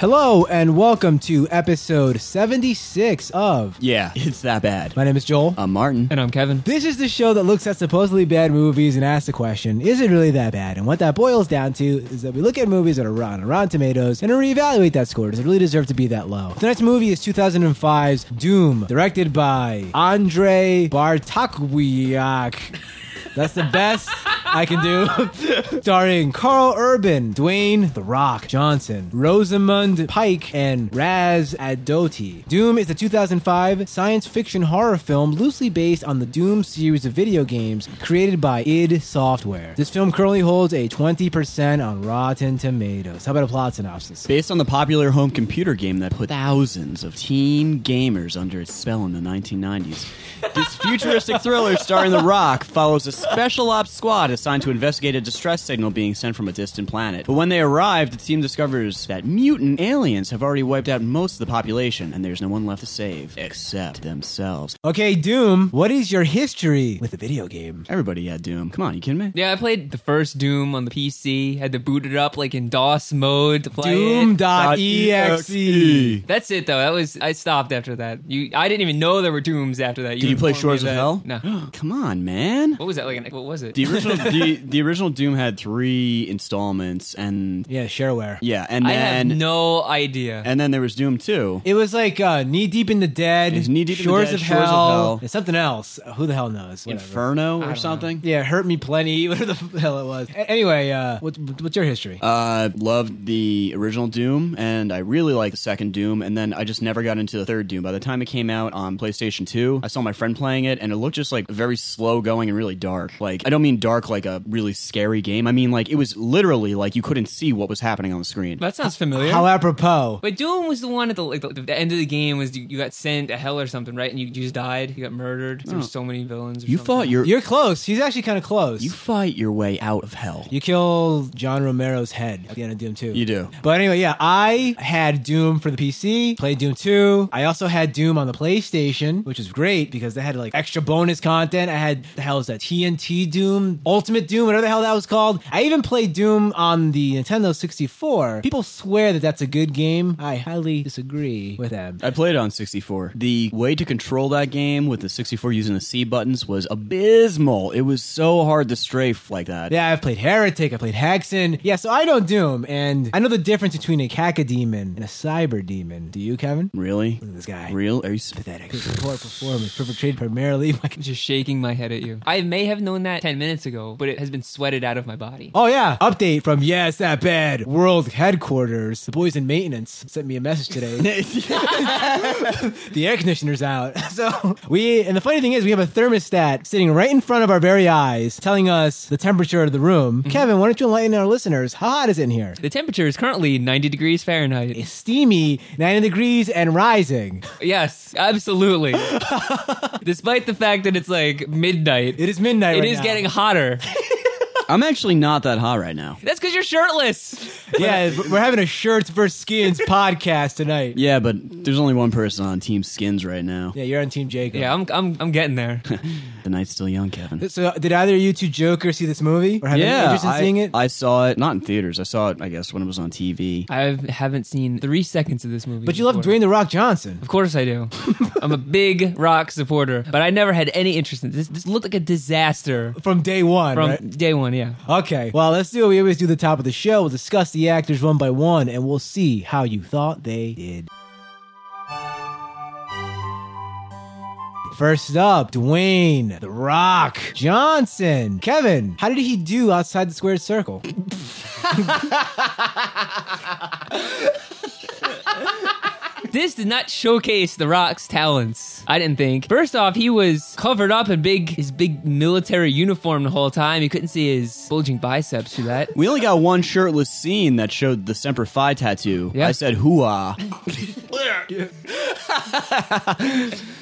Hello and welcome to episode 76 of Yeah, it's that bad. My name is Joel. I'm Martin. And I'm Kevin. This is the show that looks at supposedly bad movies and asks the question, is it really that bad? And what that boils down to is that we look at movies that are rotten, Rotten Tomatoes, and reevaluate that score. Does it really deserve to be that low? Tonight's movie is 2005's Doom, directed by Andre Bartakuyak. That's the best I can do. Starring Carl Urban, Dwayne The Rock Johnson, Rosamund Pike, and Raz Adoti. Doom is a 2005 science fiction horror film loosely based on the Doom series of video games created by id Software. This film currently holds a 20% on Rotten Tomatoes. How about a plot synopsis? Based on the popular home computer game that put thousands of teen gamers under its spell in the 1990s, this futuristic thriller starring The Rock follows a special ops squad assigned to investigate a distress signal being sent from a distant planet. But when they arrive, the team discovers that mutant aliens have already wiped out most of the population, and there's no one left to save except themselves. Okay, Doom, what is your history with the video game? Everybody had Doom. Come on, you kidding me? Yeah, I played the first Doom on the PC. Had to boot it up like in DOS mode to play it. E Doom.exe. That's it though. That was I stopped after that. You, I didn't even know there were Dooms after that. Did you play informed Shores me of Hell? that. No. Come on, man. What was that like? an- What was it? The original the, the original Doom had three installments and Yeah, shareware. yeah, and I then have no idea. and then there was Doom 2. It was like uh, knee deep in the dead, was Knee Deep in the shores Dead, of Shores of hell, Hell. and something else. Who the hell knows? Whatever. Inferno or know. something. Yeah, hurt me plenty. Whatever the f- hell it was. A- anyway, uh, what, what's your history? Uh loved the original Doom and I really liked the second Doom and then I just never got into the third Doom. By the time it came out on PlayStation 2, I saw my friend playing it and it looked just like very slow going and really dark. Like I don't mean dark like a really scary game. I mean like it was literally like you couldn't see what was happening on the screen. that sounds familiar. How apropos. but Doom was the one at the, like, the, the end of the game was you, you got sent to hell or something, right? And you, you just died. You got murdered. There were so many villains. Or Oh. you something. fought your You're close. He's actually kind of close. you fight your way out of hell. You kill John Romero's head at the end of Doom 2. You do. But anyway, yeah, I had Doom for the PC, played Doom 2. I also had Doom on the PlayStation, which was great because they had like extra bonus content. I had, the hell is that, TNT Doom, Ultimate Doom, whatever the hell that was called. I even played Doom on the Nintendo 64. People swear that that's a good game. I highly disagree with them. I played it on 64. The way to control that game with the 64 using the C buttons was abysmal. It was so hard to strafe like that. Yeah, I've played Heretic, I played Hexen. Yeah, so I know Doom, and I know the difference between a cacodemon and a cyber demon. Do you, Kevin? Really? Look at this guy. Real? Are you s- pathetic. Poor performance perpetrated primarily by. I'm just shaking my head at you. I may have known that ten minutes ago, but it has been sweated out of my body. Oh yeah! Update from Yes That Bad World Headquarters. The boys in maintenance sent me a message today. the air conditioner's out, so we. And the funny thing is, we have a thermostat sitting right in front of our very eyes, telling us the temperature of the room. Kevin, why don't you enlighten our listeners? How hot is it in here? The temperature is currently 90 degrees Fahrenheit. It's steamy, ninety degrees and rising. Yes, absolutely. Despite the fact that it's like midnight, It is midnight. it right is now. getting hotter. I'm actually not that hot right now. That's because you're shirtless. Yeah, we're having a shirts versus skins podcast tonight. Yeah, but there's only one person on Team Skins right now. Yeah, you're on Team Jacob. Yeah, I'm, I'm, I'm getting there. The night's still young, Kevin. So, did either of you two Joker see this movie or have any yeah, interest in I, seeing it? I saw it not in theaters. I saw it, I guess, when it was on TV. I haven't seen three seconds of this movie. but you love before. Dwayne the Rock Johnson. Of course I do. I'm a big rock supporter, but I never had any interest in this. This looked like a disaster From day one, from right? day one. Yeah. Okay, well, let's do what we always do at the top of the show. We'll discuss the actors one by one, and we'll see how you thought they did. First up, Dwayne The Rock Johnson. Kevin, how did he do outside the squared circle? This did not showcase The Rock's talents, I didn't think. First off, he was covered up in big his big military uniform the whole time. You couldn't see his bulging biceps through that. We only got one shirtless scene that showed the Semper Fi tattoo. Yeah. I said, hooah.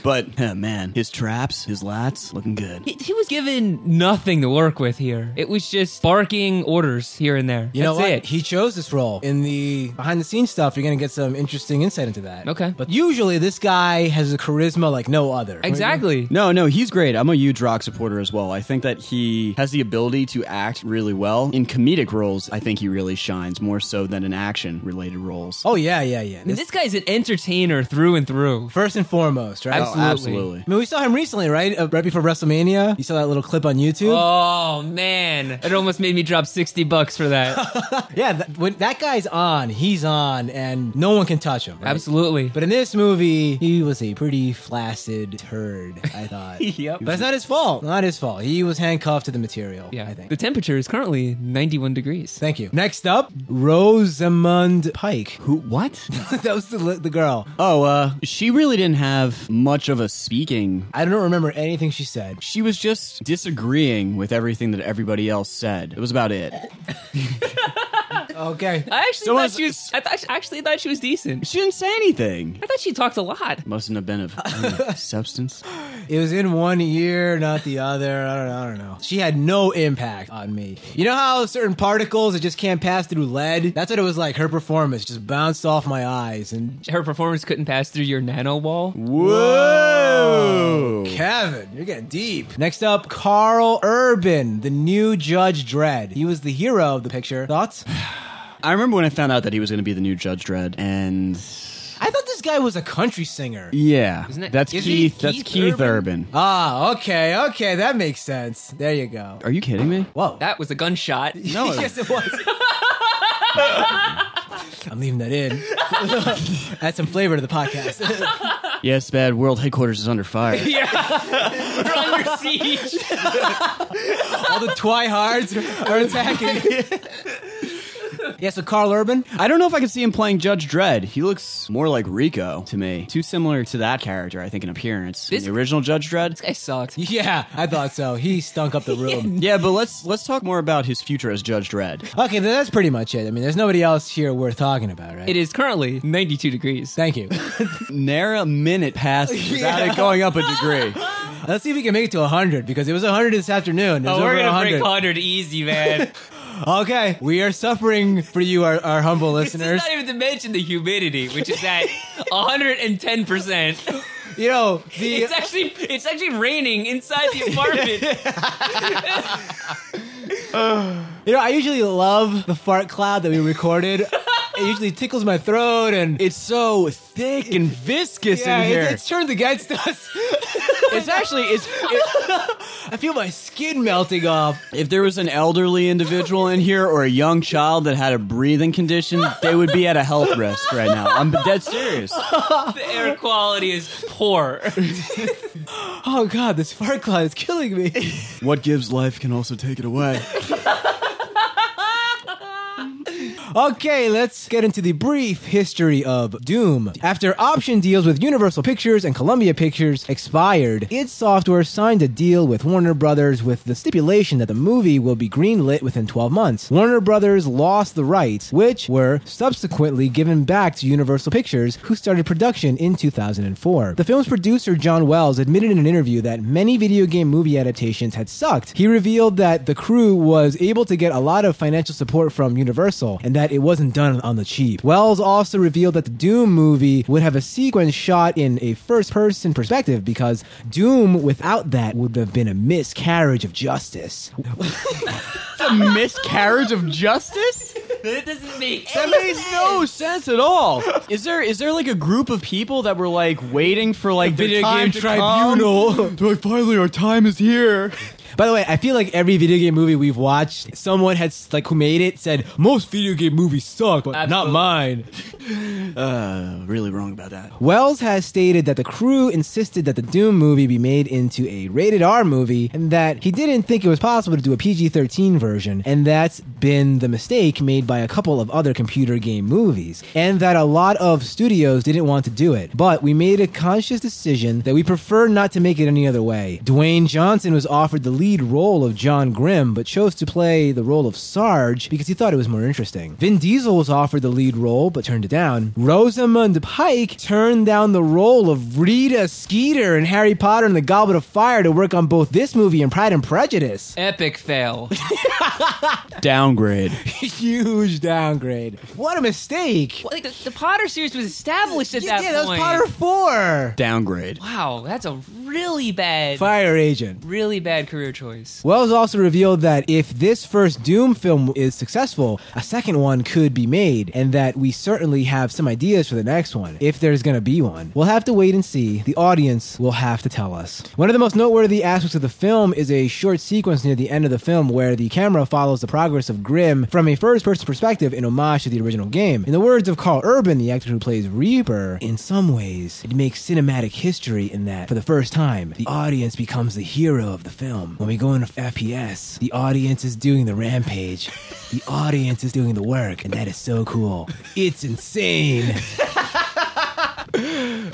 But uh, man, his traps, his lats, looking good. He, he was given nothing to work with here. It was just barking orders here and there. You know That's what? it. He chose this role. In the behind the scenes stuff, you're going to get some interesting insight into that. Okay. But usually this guy has a charisma like no other. exactly. No, no, he's great. I'm a huge rock supporter as well. I think that he has the ability to act really well. In comedic roles, I think he really shines more so than in action related roles. Oh, yeah, yeah, yeah. I mean, This- this guy's an entertainer through and through. First and foremost, right? Oh, absolutely. I mean, we saw him recently, right? Uh, right before WrestleMania. You saw that little clip on YouTube. Oh man, it almost made me drop sixty bucks for that. Yeah, that, when that guy's on, he's on, and no one can touch him. right? Absolutely. But in this movie, he was a pretty flaccid turd, I thought. Yep. But it's not his fault. Not his fault. He was handcuffed to the material, Yeah, I think. the temperature is currently ninety-one degrees. Thank you. Next up, Rosamund Pike. Who? What? that was the, the girl. oh, uh, she really didn't have much of a speaking I don't remember anything she said. She was just disagreeing with everything that everybody else said. It was about it. Okay. I actually Someone's- thought she was. I, th- I actually thought she was decent. She didn't say anything. I thought she talked a lot. Mustn't have been of uh, substance. It was in one ear, not the other. I don't, I don't know. She had no impact on me. You know how certain particles that just can't pass through lead? That's what it was like. Her performance just bounced off my eyes. And Her performance couldn't pass through your nano wall. Whoa! Kevin, you're getting deep. Next up, Carl Urban, the new Judge Dredd. He was the hero of the picture. Thoughts? I remember when I found out that he was going to be the new Judge Dredd, and I thought this guy was a country singer. yeah, Isn't it- that's is he Keith. That's Keith Keith, Urban? Urban. Ah, okay, okay, that makes sense. There you go. Are you kidding me? Whoa. That was a gunshot. No. yes, it was. I'm leaving that in. Add some flavor to the podcast. Yes, bad. World headquarters is under fire. Yeah, we're under siege. All the twihards are attacking. yeah, so Carl Urban. I don't know if I could see him playing Judge Dredd. He looks more like Rico to me. Too similar to that character, I think, in appearance. This- the original Judge Dredd. This guy sucked. Yeah, I thought so. He stunk up the room. Yeah, but let's let's talk more about his future as Judge Dredd. Okay, then that's pretty much it. I mean, there's nobody else here worth talking about, right? It is currently ninety-two degrees. Thank you. Near a minute passes without Yeah. it going up a degree. Let's see if we can make it to 100 because it was 100 this afternoon. Oh, It was over 100. hundred easy, man. Okay, we are suffering for you, our, our humble listeners. It's not even to mention the humidity, which is at 110 percent. You know, the It's actually it's actually raining inside the apartment. You know, I usually love the fart cloud that we recorded. it usually tickles my throat and It's so thick and viscous yeah, in it- here. it's, It's, turned against us. actually it's it- I feel my skin melting off. if there was an elderly individual in here or a young child that had a breathing condition, they would be at a health risk right now. I'm dead serious. the air quality is poor. Oh god, this fart cloud is killing me. What gives life can also take it away. Okay, let's get into the brief history of Doom. After option deals with Universal Pictures and Columbia Pictures expired, id Software signed a deal with Warner Brothers with the stipulation that the movie will be greenlit within 12 months. Warner Brothers lost the rights, which were subsequently given back to Universal Pictures, who started production in 2004. The film's producer John Wells admitted in an interview that many video game movie adaptations had sucked. He revealed that the crew was able to get a lot of financial support from Universal and that it wasn't done on the cheap. Wells also revealed that the Doom movie would have a sequence shot in a first person perspective because Doom without that would have been a miscarriage of justice. It's a miscarriage of justice? That doesn't make That any makes no sense at all. Is there is there like a group of people that were like waiting for like the video time game to tribunal. come? They're like finally our time is here. By the way, I feel like every video game movie we've watched, someone has like who made it said most video game movies suck, but not Absolutely. mine. Uh, really wrong about that. Wells has stated that the crew insisted that the Doom movie be made into a rated R movie and that he didn't think it was possible to do a PG 13 version, and that's been the mistake made by a couple of other computer game movies, and that a lot of studios didn't want to do it. But we made a conscious decision that we prefer not to make it any other way. Dwayne Johnson was offered the lead lead role of John Grimm, but chose to play the role of Sarge because he thought it was more interesting. Vin Diesel was offered the lead role, but turned it down. Rosamund Pike turned down the role of Rita Skeeter in Harry Potter and the Goblet of Fire to work on both this movie and Pride and Prejudice. Epic fail. Downgrade. Huge downgrade. What a mistake. Well, like, the, the Potter series was established at yeah, that yeah, that was point. Potter 4. Downgrade. Wow, that's a really bad, Fire Agent. really bad career choice. Wells also revealed that if this first Doom film is successful, a second one could be made, and that we certainly have some ideas for the next one, if there's going to be one. We'll have to wait and see. The audience will have to tell us. One of the most noteworthy aspects of the film is a short sequence near the end of the film where the camera follows the progress of Grimm from a first person perspective in homage to the original game. In the words of Carl Urban, the actor who plays Reaper, in some ways, it makes cinematic history in that, for the first time, the audience becomes the hero of the film. When we go into FPS, the audience is doing the rampage, the audience is doing the work, and that is so cool. It's insane.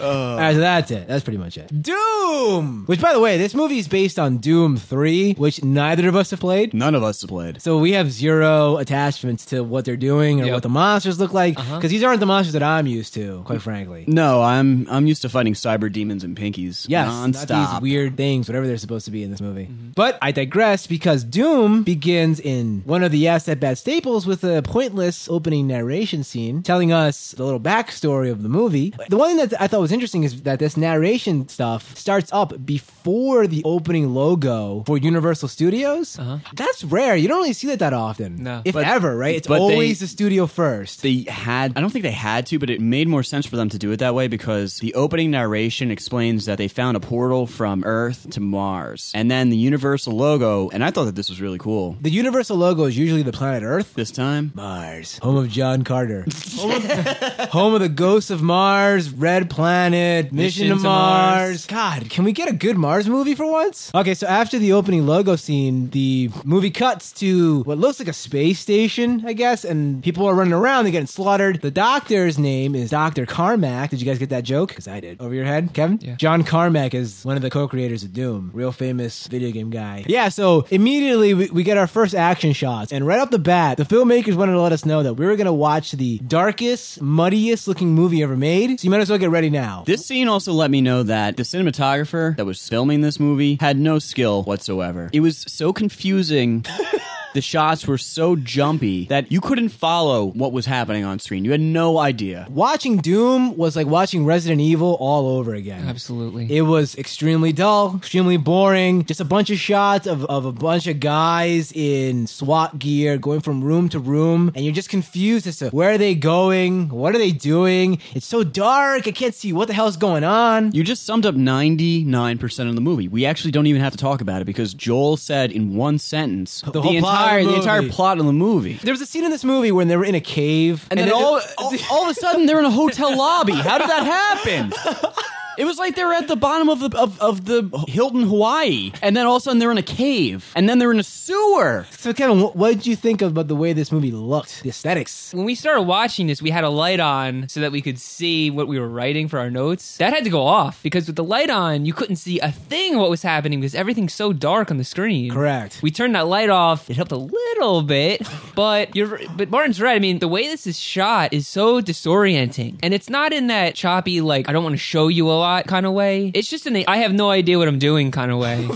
All right, so that's it. That's pretty much it. Doom! Which, by the way, this movie is based on Doom 3, which neither of us have played. None of us have played. So we have zero attachments to what they're doing or Yep. what the monsters look like because Uh-huh. these aren't the monsters that I'm used to, quite frankly. No, I'm I'm used to fighting cyber demons and pinkies. Yes, nonstop. Mm-hmm. not these weird things, whatever they're supposed to be in this movie. But I digress because Doom begins in one of the Yes at Bad staples with a pointless opening narration scene telling us the little backstory of the movie. The one thing that I thought was interesting is that this narration stuff starts up before the opening logo for Universal Studios. Uh-huh. That's rare. You don't really see that that often, No. if But- ever, right? It's but they- always the studio first. they had I don't think they had to, but it made more sense for them to do it that way because the opening narration explains that they found a portal from Earth to Mars. And then the Universal logo, and I thought that this was really cool. the Universal logo is usually the planet Earth. This time, Mars, home of John Carter, home of the ghosts of Mars, Red Planet, Mission, to, Mars. God, can we get a good Mars movie for once? Okay, so after the opening logo scene, the movie cuts to what looks like a space station, I guess, and people are running around, they're getting slaughtered. The doctor's name is Dr. Carmack. Did you guys get that joke? Because I did. Over your head, Kevin? Yeah. John Carmack is one of the co-creators of Doom, real famous video game guy. Yeah, so immediately we, we get our first action shots, and right off the bat, the filmmakers wanted to let us know that we were gonna watch the darkest, muddiest looking movie ever made. So you might as well get ready now. This scene also let me know that the cinematographer that was filming this movie had no skill whatsoever. It was so confusing. the shots were so jumpy that you couldn't follow what was happening on screen. You had no idea. Watching Doom was like watching Resident Evil all over again. Absolutely. It was extremely dull, extremely boring. Just a bunch of shots of, of a bunch of guys in SWAT gear going from room to room, and you're just confused as to where are they going? What are they doing? It's so dark, I can't see what the hell's going on. You just summed up 99% of the movie. We actually don't even have to talk about it because Joel said in one sentence the, whole plot entire of the the entire movie. plot of the movie. There was a scene in this movie when they were in a cave, And, then all, all, all of a sudden they're in a hotel lobby. How did that happen? It was like they were at the bottom of the of, of the Hilton Hawaii, and then all of a sudden they're in a cave, and then they're in a sewer. so Kevin, what, what did you think about the way this movie looked? The aesthetics. when we started watching this, we had a light on so that we could see what we were writing for our notes. That had to go off because with the light on, you couldn't see a thing what was happening because everything's so dark on the screen. Correct. We turned that light off. It helped a little bit, but you're but Martin's right. I mean, the way this is shot is so disorienting, and it's not in that choppy like I don't want to show you a lot kind of way. It's just in the I have no idea what I'm doing kind of way.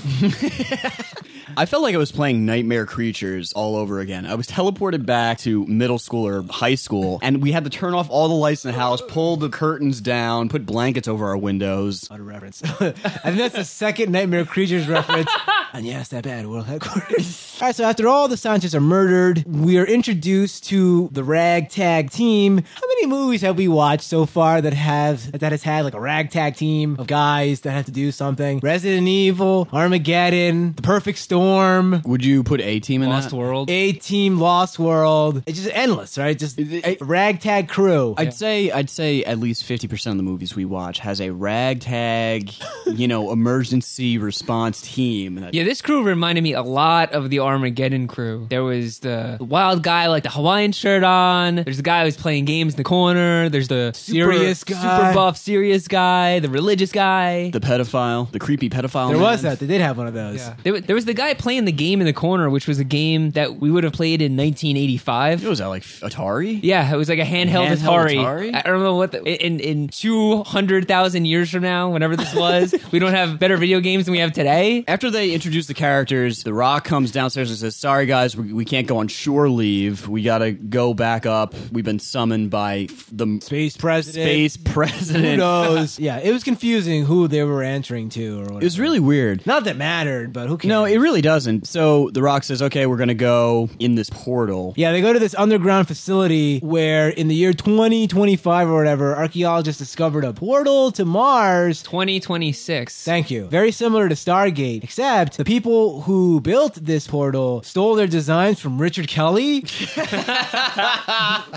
I felt like I was playing Nightmare Creatures all over again. I was teleported back to middle school or high school, and we had to turn off all the lights in the house, pull the curtains down, put blankets over our windows. What a reference. I think that's the second Nightmare Creatures reference. and yes, that bad world headquarters. all right, so after all the scientists are murdered, we are introduced to the ragtag team. How many movies have we watched so far that have that has had like a ragtag team of guys that have to do something? Resident Evil, Armageddon, The Perfect Storm, Would you put a team in Lost that? World. A Team, Lost World. It's just endless, right? Just ragtag crew. I'd say I'd say at least fifty percent of the movies we watch has a ragtag, you know, emergency response team. that Yeah, this crew reminded me a lot of the Armageddon crew. There was the wild guy, like the Hawaiian shirt on. There's the guy who's playing games in the corner. There's the super- Serious guy. super buff, serious guy, the religious guy. The pedophile, the creepy pedophile. There was man. that. They did have one of those. Yeah. There, wa- there was the guy playing the game in the corner, which was a game that we would have played in 1985. What was that like Atari? Yeah, it was like a handheld, Handheld Atari. Atari? I don't know what the, in in two hundred thousand years from now, whenever this was, we don't have better video games than we have today. After they introduce the characters, The Rock comes downstairs and says, Sorry, guys, we, we can't go on shore leave. We got to go back up. We've been summoned by f- the Space president. space Who president. knows? yeah, it was confusing who they were answering to or whatever. It was really weird. not that mattered, but who cares? No, it really doesn't. So The Rock says, Okay, we're going to go in this portal. Yeah, they go to this underground facility where in the year 2025 or whatever, archaeologists discovered a portal to Mars. Twenty twenty six. Thank you. Very similar to Stargate, except the people who built this portal stole their designs from Richard Kelly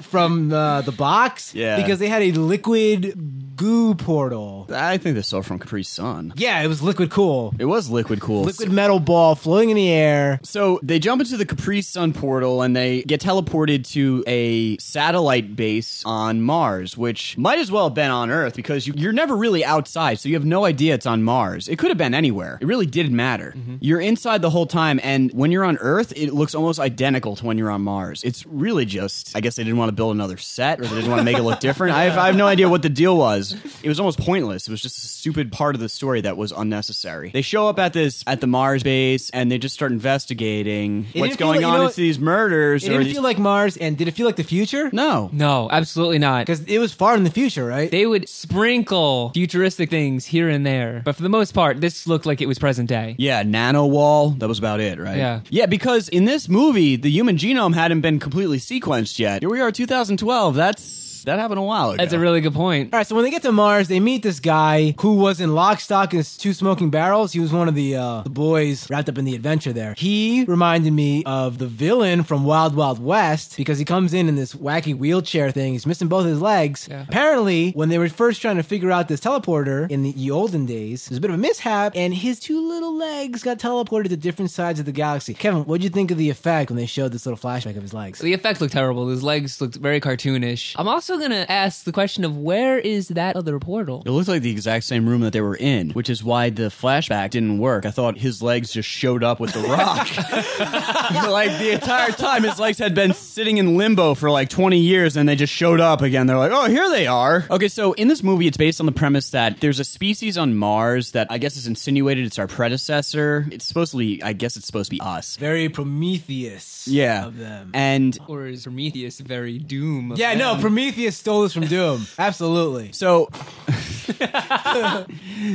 from uh, the box Yeah. because they had a liquid goo portal. I think they saw from Capri Sun. Yeah, it was liquid cool. It was liquid cool. Liquid metal ball floating in the air. So they jump into the Capri Sun portal and they get teleported to a satellite base on Mars, which might as well have been on Earth because you, you're never really outside, so you have no idea it's on Mars. It could have been anywhere. It really didn't matter. You're inside the whole time, and when you're on Earth, it looks almost identical to when you're on Mars. It's really just, I guess they didn't want to build another set or they didn't want to make it look different. I have, I have no idea what the deal was. It was almost pointless. It was just a stupid part of the story that was unnecessary. They show up at this at the Mars base and they just start investigating It what's didn't feel going like- you on. know It's these murders It or didn't these feel like Mars, and did it feel like the future? no. No, absolutely not. Because it was far in the future, right? They would sprinkle futuristic things here and there, but for the most part, this looked like it was present day. Yeah, nano wall. That was about it, right? Yeah. Yeah, because in this movie, the human genome hadn't been completely sequenced yet. Here we are, 2012. That's that happened a while ago. That's a really good point. All right, so when they get to Mars, they meet this guy who was in Lock, Stock, and Two Smoking Barrels. He was one of the uh, the boys wrapped up in the adventure there. He reminded me of the villain from Wild Wild West because he comes in in this wacky wheelchair thing. He's missing both his legs. Yeah. Apparently, when they were first trying to figure out this teleporter in the ye olden days, there's a bit of a mishap, and his two little legs got teleported to different sides of the galaxy. Kevin, what'd you think of the effect when they showed this little flashback of his legs? The effect looked terrible. His legs looked very cartoonish. I'm also gonna ask the question of where is that other portal? It looked like the exact same room that they were in, which is why the flashback didn't work. I thought his legs just showed up with the rock. like the entire time, his legs had been sitting in limbo for like 20 years and they just showed up again. They're like, oh, here they are. Okay, so in this movie, it's based on the premise that there's a species on Mars that I guess is insinuated it's our predecessor. It's supposed to be, I guess it's supposed to be us. Very Prometheus Yeah. of them. And Or is Prometheus very doom? of Yeah, no, them? Prometheus stole this from Doom. Absolutely. So,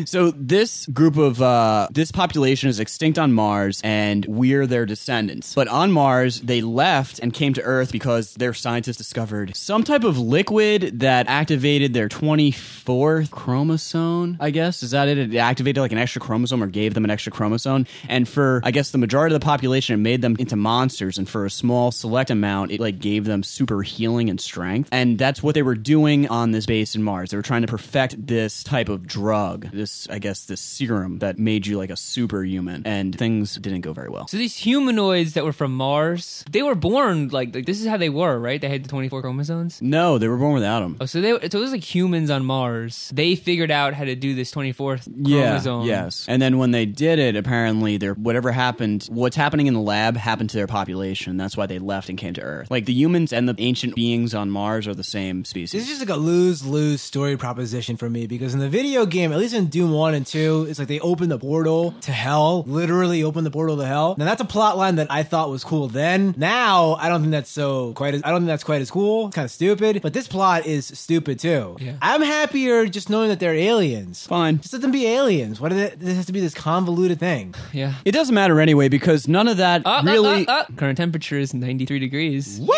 so this group of uh, this population is extinct on Mars, and we're their descendants. But on Mars, they left and came to Earth because their scientists discovered some type of liquid that activated their twenty fourth chromosome. I guess is that it? It activated like an extra chromosome, or gave them an extra chromosome. And for I guess the majority of the population, it made them into monsters. And for a small select amount, it like gave them super healing and strength. And that's what they were doing on this base in Mars. They were trying to perfect this type of drug, this I guess this serum that made you like a superhuman. And things didn't go very well. So these humanoids that were from Mars, they were born like, like this is how they were, right? They had the 24 chromosomes. No, they were born without them. Oh, so they so it was like humans on Mars. They figured out how to do this 24th Yeah. chromosome. Yes. And then when they did it, apparently their whatever happened, what's happening in the lab happened to their population. That's why they left and came to Earth. Like the humans and the ancient beings on Mars are the same This is species. just like a lose lose story proposition for me because in the video game, at least in Doom 1 and 2, it's like they open the portal to hell, literally open the portal to hell. Now that's a plot line that I thought was cool then. Now, I don't think that's so quite as I don't think that's quite as cool. It's kind of stupid, but this plot is stupid too. Yeah. I'm happier just knowing that they're aliens. Fine. Just let them be aliens. Why do they, this has to be this convoluted thing? Yeah. Uh, It doesn't matter anyway because none of that Up, up, really. up, up. Current temperature is 93 degrees. Woo!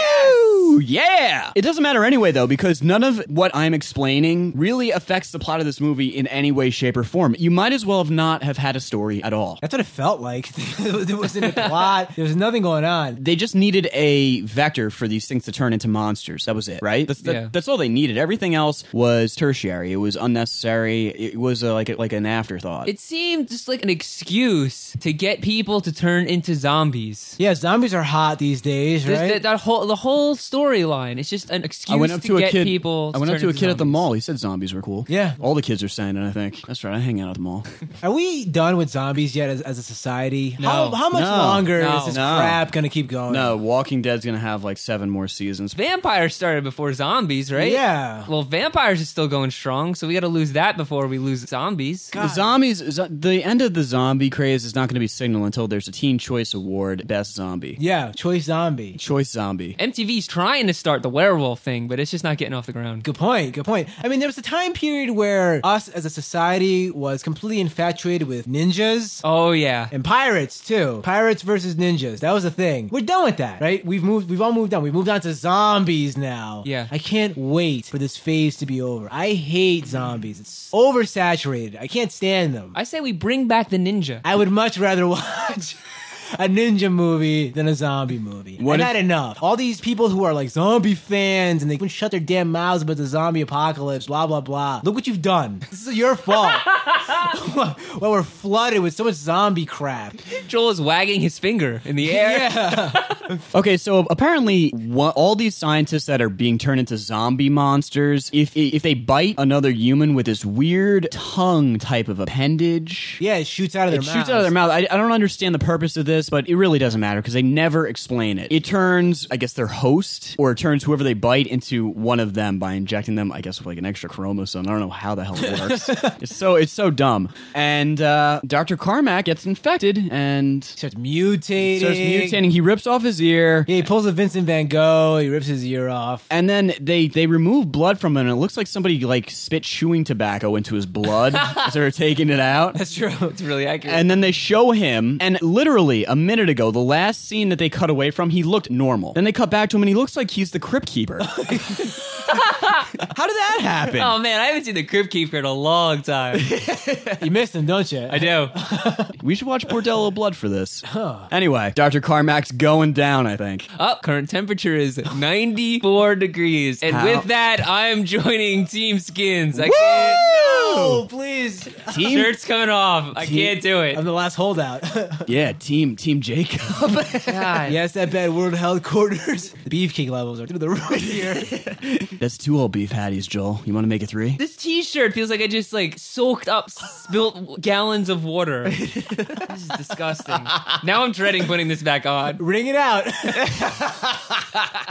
Ooh, yeah! It doesn't matter anyway, though, because none of what I'm explaining really affects the plot of this movie in any way, shape, or form. You might as well have not have had a story at all. That's what it felt like. there wasn't a plot. There was nothing going on. They just needed a vector for these things to turn into monsters. That was it, right? That's, that- Yeah. that's all they needed. Everything else was tertiary. It was unnecessary. It was uh, like like an afterthought. It seemed just like an excuse to get people to turn into zombies. Yeah, zombies are hot these days, This- right? that, that whole the whole storyline. It's just an excuse I went up to, to, a get kid. people. I went up turn to a into kid at the zombies. mall. He said zombies were cool. Yeah. all the kids are saying it. I think that's right. I hang out at the mall. Are we done with zombies yet as, as a society? No. How, how much No. longer No. is this No. crap going to keep going? no, Walking Dead's gonna have like seven more seasons. Vampires started before zombies, right? Yeah. Well, vampires is still going strong, so we got to lose that before we lose zombies. The zombies, zo- the end of the zombie craze is not going to be signaled until there's a Teen Choice Award Best Zombie. Yeah, choice zombie. Choice Zombie. MTV's trying to start the werewolf thing, but it's just not getting off the ground. Good point. Good point. I mean, there was a time period where us as a society was completely infatuated with ninjas. Oh yeah. And pirates too. Pirates versus ninjas. That was a thing. We're done with that, right? We've moved. We've all moved on. We've moved on to zombies now. Yeah. I can't wait for this phase to be over. I hate zombies. It's oversaturated. I can't stand them. I say we bring back the ninja. I would much rather watch a ninja movie than a zombie movie. What and if- not enough. All these people who are like zombie fans and they can shut their damn mouths about the zombie apocalypse, blah blah blah. Look what you've done. This is your fault. well, we're flooded with so much zombie crap. Joel is wagging his finger in the air. Okay, so apparently, wha- all these scientists that are being turned into zombie monsters, if if they bite another human with this weird tongue type of appendage. Yeah, it shoots out of their It shoots out of their mouth. I, I don't understand the purpose of this, but it really doesn't matter because they never explain it. It turns, I guess, their host or it turns whoever they bite into one of them by injecting them, I guess, with like an extra chromosome. I don't know how the hell it works. it's so it's so dumb. And uh, Dr. Carmack gets infected and Starts mutating. starts mutating. He rips off his ear. Yeah, he pulls a Vincent Van Gogh. He rips his ear off. And then they they remove blood from him, and it looks like somebody like spit chewing tobacco into his blood as they're taking it out. That's true. It's really accurate. And then they show him, and literally a minute ago, the last scene that they cut away from, he looked normal. Then they cut back to him, and he looks like he's the crypt keeper. How did that happen? oh man, I haven't seen the Crypt Keeper in a long time. You missed him, don't you? I do. we should watch Bordello Blood for this. Anyway, Dr. Carmack's going down, I think. Up, Oh, current temperature is 94 degrees. And How- with that, I'm joining Team Skins. I can't. Oh, please. Team, Shirt's coming off. I can't do I'm it. the last holdout. yeah, team, team Jacob. God. Yes, that bad World Health Quarters. The beefcake levels are through the roof here. That's two old beef patties, Joel. You want to make it three? This T-shirt feels like I just like soaked up spilt gallons of water. this is disgusting. Now I'm dreading putting this back on. Ring it out.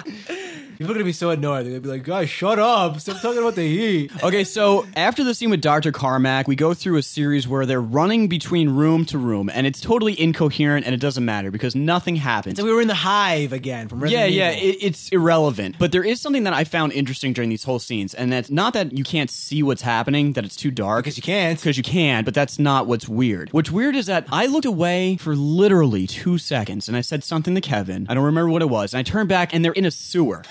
People are gonna be so annoyed. They're gonna be like, "Guys, shut up! Stop talking about the heat." Okay, so after the scene with Dr. Carmack, we go through a series where they're running between room to room, and it's totally incoherent and it doesn't matter because nothing happens. So we were in the hive again from Yeah, Resident yeah, Evil. it, it's irrelevant. But there is something that I found interesting during these whole scenes, and that's not that you can't see what's happening, that it's too dark. because you can't. Because you can, but that's not what's weird. What's weird is that I looked away for literally two seconds and I said something to Kevin. I don't remember what it was. And I turned back and they're in a sewer.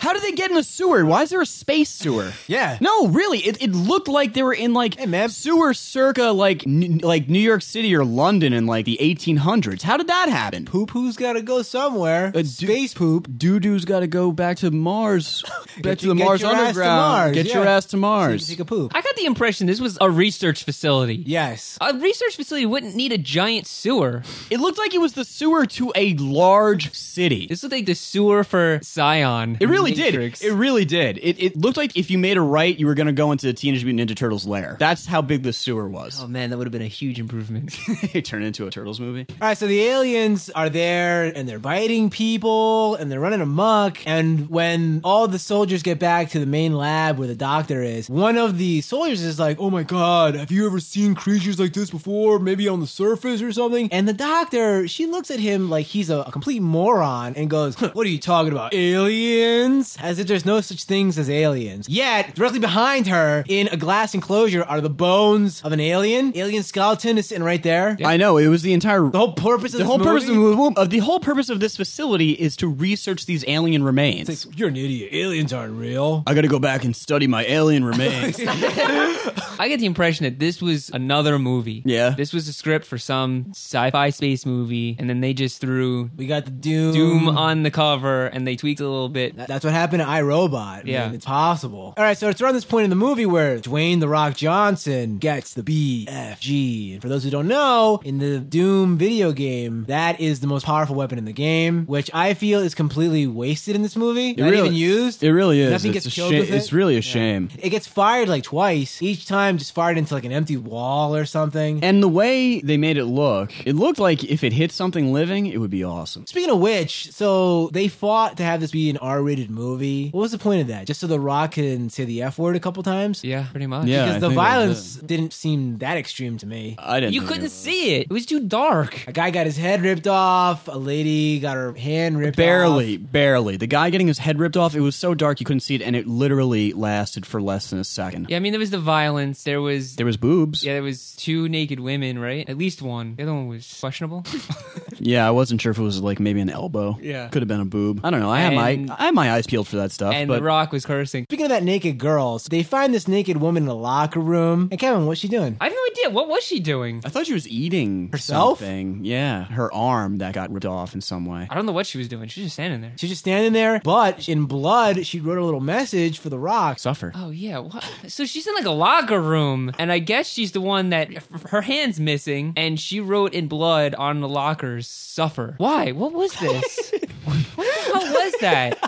How did they get in a sewer? Why is there a space sewer? Yeah. No, really. It, it looked like they were in like Hey, man. sewer circa like n- like New York City or London in like the 1800s. How did that happen? Poop, who's gotta go somewhere? Uh, do- Space poop. Doo doo's got to go back to Mars. Back to the Get Mars your ass to underground. Mars, Get yeah. your ass to So you Mars. can Take a poop. I got the impression this was a research facility. yes. A research facility wouldn't need a giant sewer. It looked like it was the sewer to a large city. This looked like the sewer for Scion. It really Matrix. did. It really did. It, it looked like if you made a right, you were going to go into the Teenage Mutant Ninja Turtles lair. That's how big the sewer was. Oh man, that would have been a huge improvement. it turned into a Turtles movie. All right, so the aliens are there and they're biting people and they're running amok. And when all the soldiers get back to the main lab where the doctor is, one of the soldiers is like, Oh my god, have you ever seen creatures like this before? Maybe on the surface or something? And the doctor, she looks at him like he's a, a complete moron and goes, What are you talking about? Aliens? aliens? As if there's no such things as aliens. Yet, directly behind her, in a glass enclosure, are the bones of an alien. Alien skeleton is sitting right there. I know it was the entire The whole purpose of the this whole purpose of movie- the, of the whole purpose of this facility is to research these alien remains. It's like, you're an idiot. Aliens aren't real. I got to go back and study my alien remains. I get the impression that this was another movie. Yeah. This was a script for some sci-fi space movie, and then they just threw We got the Doom. Doom uh, on the cover and they tweaked a little bit. That- That's what happened to iRobot. Yeah. Man, it's possible. All right, so it's around this point in the movie where Dwayne the Rock Johnson gets the BFG. And for those who don't know, in the Doom video game, that is the most powerful weapon in the game, which I feel is completely wasted in this movie. not really- even used. It really is. Nothing it's gets a killed shame- with it. It's really a shame. it gets fired like twice. Each time, just fired into like an empty wall or something. And the way they made it look, it looked like if it hit something living, it would be awesome. Speaking of which, so they fought to have this be an R-rated movie. What was the point of that? Just so The Rock can say the F word a couple times? Yeah, pretty much. Yeah. because I the think that was violence didn't seem that extreme to me. I didn't. You think couldn't it- see it. It was too dark. A guy got his head ripped off. A lady got her hand ripped Barely, off. barely. The guy getting his head ripped off, it was so dark you couldn't see it, and it literally lasted for less than a second. Yeah, I mean there was the violence. There was There was boobs. yeah, there was two naked women, right? At least one. The other one was questionable. Yeah, I wasn't sure if it was like maybe an elbow. Yeah. Could have been a boob. I don't know. I had And- my I had my eyes peeled for that stuff. and but The Rock was cursing. Speaking of that naked girl, so they find this naked woman in a locker room. And Kevin, what's she doing? I have no idea. What was she doing? I thought she was eating Herself? something. Yeah. Her arm that got ripped off in some way. I don't know what she was doing. She was just standing there. She's just standing there, but in blood, she wrote a little message for the rocks. Suffer. Oh yeah, what? so she's in like a locker room, and I guess she's the one that her hand's missing, and she wrote in blood on the lockers "suffer." Why? What was this? what the hell was that?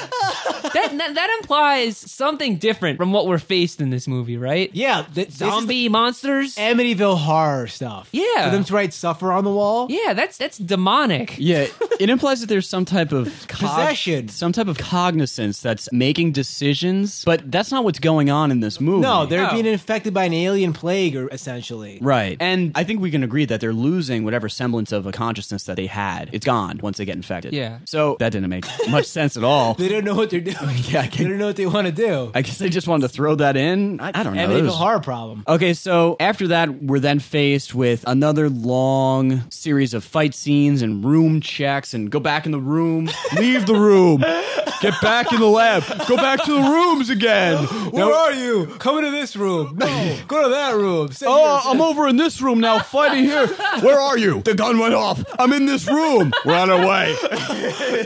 that, that? That implies something different from what we're faced in this movie, right? Yeah, th- this is the Zombie monsters. Amityville horror stuff. Yeah. for them to write "suffer" on the wall. yeah, that's that's demonic. Yeah, it implies that there's some type of cog- Possession. some type of cognizance that's making decisions, but that's not what's going on in this movie. No, they're No. being infected by an alien plague, or essentially. right. And I think we can agree that they're losing whatever semblance of a consciousness that they had. It's gone once they get infected. Yeah. So that didn't make much sense at all. They don't know what they're doing. Yeah, I they can- don't know what they want to do. I guess they just wanted to throw that in. I, I don't know. That Amityville was- horror problem. Okay, so after that, we're then faced with another long series of fight scenes and room checks and go back in the room, leave the room, get back in the lab, go back to the rooms again. Where Now- are you? Come into this room. No. Go to that room. Sit oh, here. I'm over in this room now, fighting here. Where are you? The gun went off. I'm in this room. We're on our way.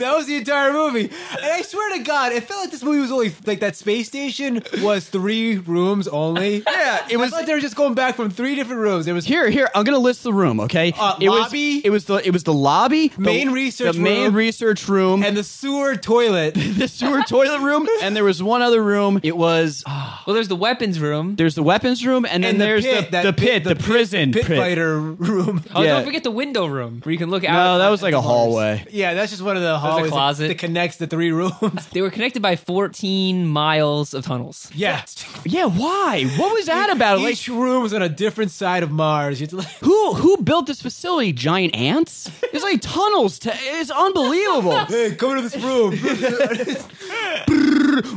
That was the entire movie. And I swear to God, it felt like this movie was only like that space station was three rooms only. Yeah, it It was was like they were just going back from three different rooms. There was Here, here. I'm gonna list the room. Okay, Uh, it lobby? was it was the it was the lobby, the- Main research the main room. research room, and the sewer toilet. the sewer toilet room, and there was one other room. It was Well, there's the weapons room. there's the weapons room, and then And the there's pit, the, that the pit, pit- the, the prison Pit pit. fighter room. Oh, yeah. don't forget the window room where you can look out. No, that was like a hallway. Yeah, that's just one of the hallways that- closet. that connects the three rooms. They were connected by 14 miles of tunnels. Yeah. Yeah, why? What was that about? Like, Each room was on a different side of Mars. You had to, like, who who built this facility? Giant ants? It's like tunnels. To, it's unbelievable. hey, come into this room.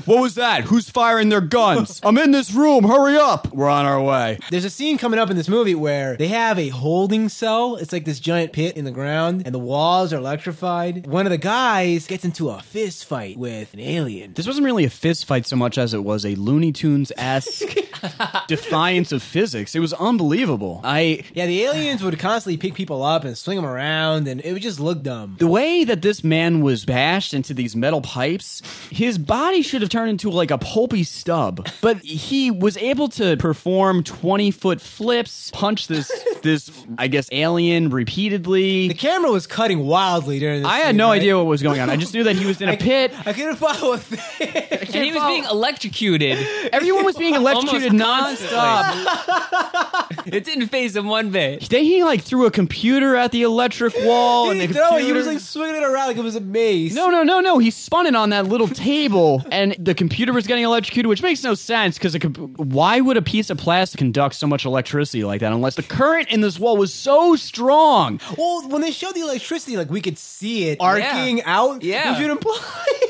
what was that? Who's firing their guns? I'm in this room. Hurry up. We're on our way. There's a scene coming up in this movie where they have a holding cell. It's like this giant pit in the ground, and the walls are electrified. One of the guys gets into a fist fight with an alien. This wasn't really a fist fight so much as it was a Looney Tunes esque defiance of physics. It was unbelievable. I Yeah, the aliens would constantly pick people up and swing them around, and it would just look dumb. the way that this man was bashed into these metal pipes, his body should have turned into like a pulpy stub. But he was able to perform twenty foot flips, punch this this I guess alien The repeatedly. camera was cutting wildly during this. I had scene, no right? idea what was going on. I just knew that he was in a pit. I couldn't follow a thing. And he was being electrocuted. Everyone was being electrocuted Almost nonstop. it didn't phase him one bit. Then he like threw a computer at the electric wall, He and the didn't computer. throw it. He was like swinging it around like it was a maze. no, no, no, no. He spun it on that little table, and the computer was getting electrocuted, which makes no sense because comp- why would a piece of plastic conduct so much electricity like that unless the current in this wall was so strong. Well, when they showed the electricity, like we could see it Arc- arcing Yeah. out, Yeah. which would imply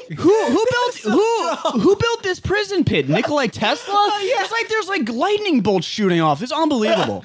Who who built so who who built this prison pit? Nikolai Tesla? It's like there's like lightning bolts shooting off. It's unbelievable.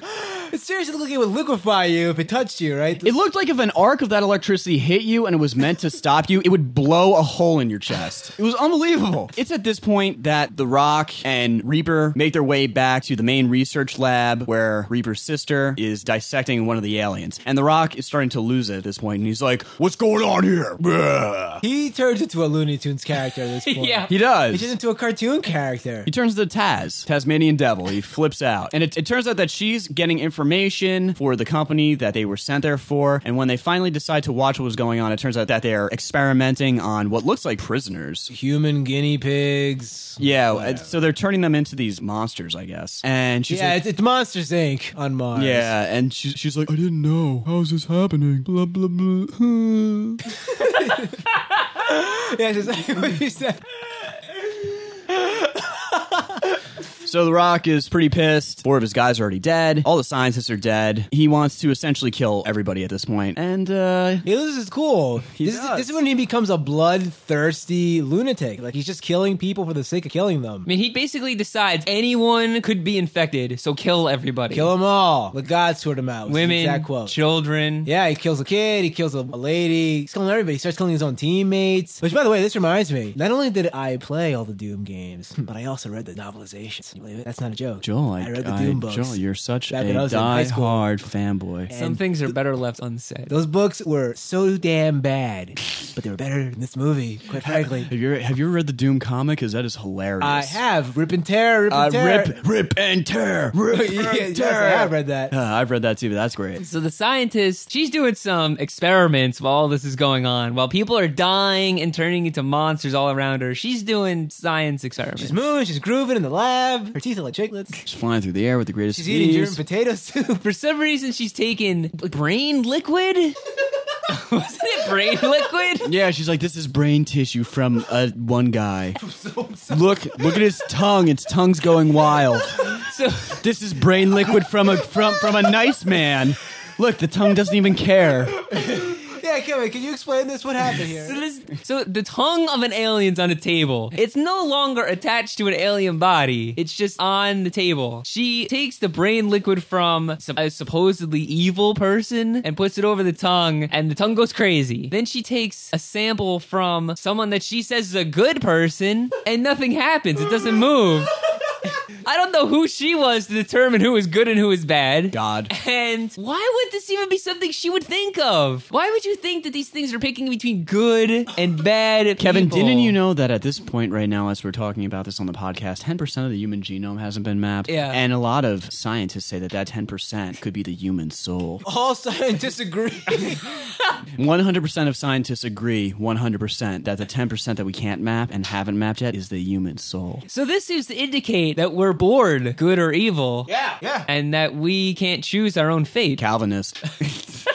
it seriously looked like it would liquefy you if it touched you, right? It looked like if an arc of that electricity hit you and it was meant to stop you, it would blow a hole in your chest. It was unbelievable. It's at this point that The Rock and Reaper make their way back to the main research lab where Reaper's sister is dissecting one of the aliens. And The Rock is starting to lose it at this point, and he's like, What's going on here? Bleh." he turns into a Looney Tunes character at this point. Yeah. He He does. turns into a cartoon character. He turns to Taz, Tasmanian Devil. He flips out. And it, it turns out that she's getting information for the company that they were sent there for. And when they finally decide to watch what was going on, it turns out that they're experimenting on what looks like prisoners. Human guinea pigs. Yeah, and so they're turning them into these monsters, I guess. And she's Yeah, like, it's, it's Monsters Inc. on Mars. yeah, and she, she's like, I didn't know. How is this happening? Blah, blah, blah. yeah, it's exactly what you said. So The Rock is pretty pissed. Four of his guys are already dead. All the scientists are dead. He wants to essentially kill everybody at this point. And, uh, He loses cool. He this, is, does. this is when he becomes a bloodthirsty lunatic. Like he's just killing people for the sake of killing them. I mean, he basically decides anyone could be infected, so kill everybody. Kill them all. Let God sort them out. was the women, Exact quote. children. Yeah, he kills a kid, he kills a a lady, he's killing everybody. He starts killing his own teammates. Which, by the way, this reminds me not only did I play all the Doom games, but I also read the novelizations. Can you believe it? That's not a joke. Hmm. Joel, I, read the I- Doom books. Joel, you're such Back a when I was in high school. diehard fanboy. Some And things are better left unsaid. Those books were so damn bad, but they were better than this movie, quite frankly. Have you have you ever read the Doom comic? Because that is hilarious. I have Rip and Tear, Rip Uh, and Tear. rip, rip and tear. Yeah, Rip and yes, I tear. have read that. Uh, I've read that too. But that's great. So the scientist, she's doing some experiments while all this is going on. While people are dying and turning into monsters all around her, she's doing science experiments. She's moving, she's grooving in the lab. Her teeth are like chiclets. She's flying through the air with the greatest. She's eating German ease. potato soup. For some reason, she's taking like, brain liquid. Wasn't it brain liquid? Yeah, she's like, this is brain tissue from uh, one guy. Look, look at his tongue. Its tongue's going wild. So This is brain liquid from a from from a nice man. Look, the tongue doesn't even care. yeah, Kevin, can you explain this? What happened here? So, this, so the tongue of an alien's on a table. It's no longer attached to an alien body. It's just on the table. She takes the brain liquid from some, a supposedly evil person and puts it over the tongue, and the tongue goes crazy. Then she takes a sample from someone that she says is a good person, and nothing happens. It doesn't move. I don't know who she was to determine who is good and who is bad. God. And why would this even be something she would think of? Why would you think that these things are picking between good and bad? Kevin, people? didn't you know that at this point right now, as we're talking about this on the podcast, 10% of the human genome hasn't been mapped? Yeah. And a lot of scientists say that that 10% could be the human soul. All scientists agree. 100% of scientists agree 100% that the 10% that we can't map and haven't mapped yet is the human soul. So this seems to indicate that we're born good or evil. yeah, yeah. And that we can't choose our own fate. Calvinist.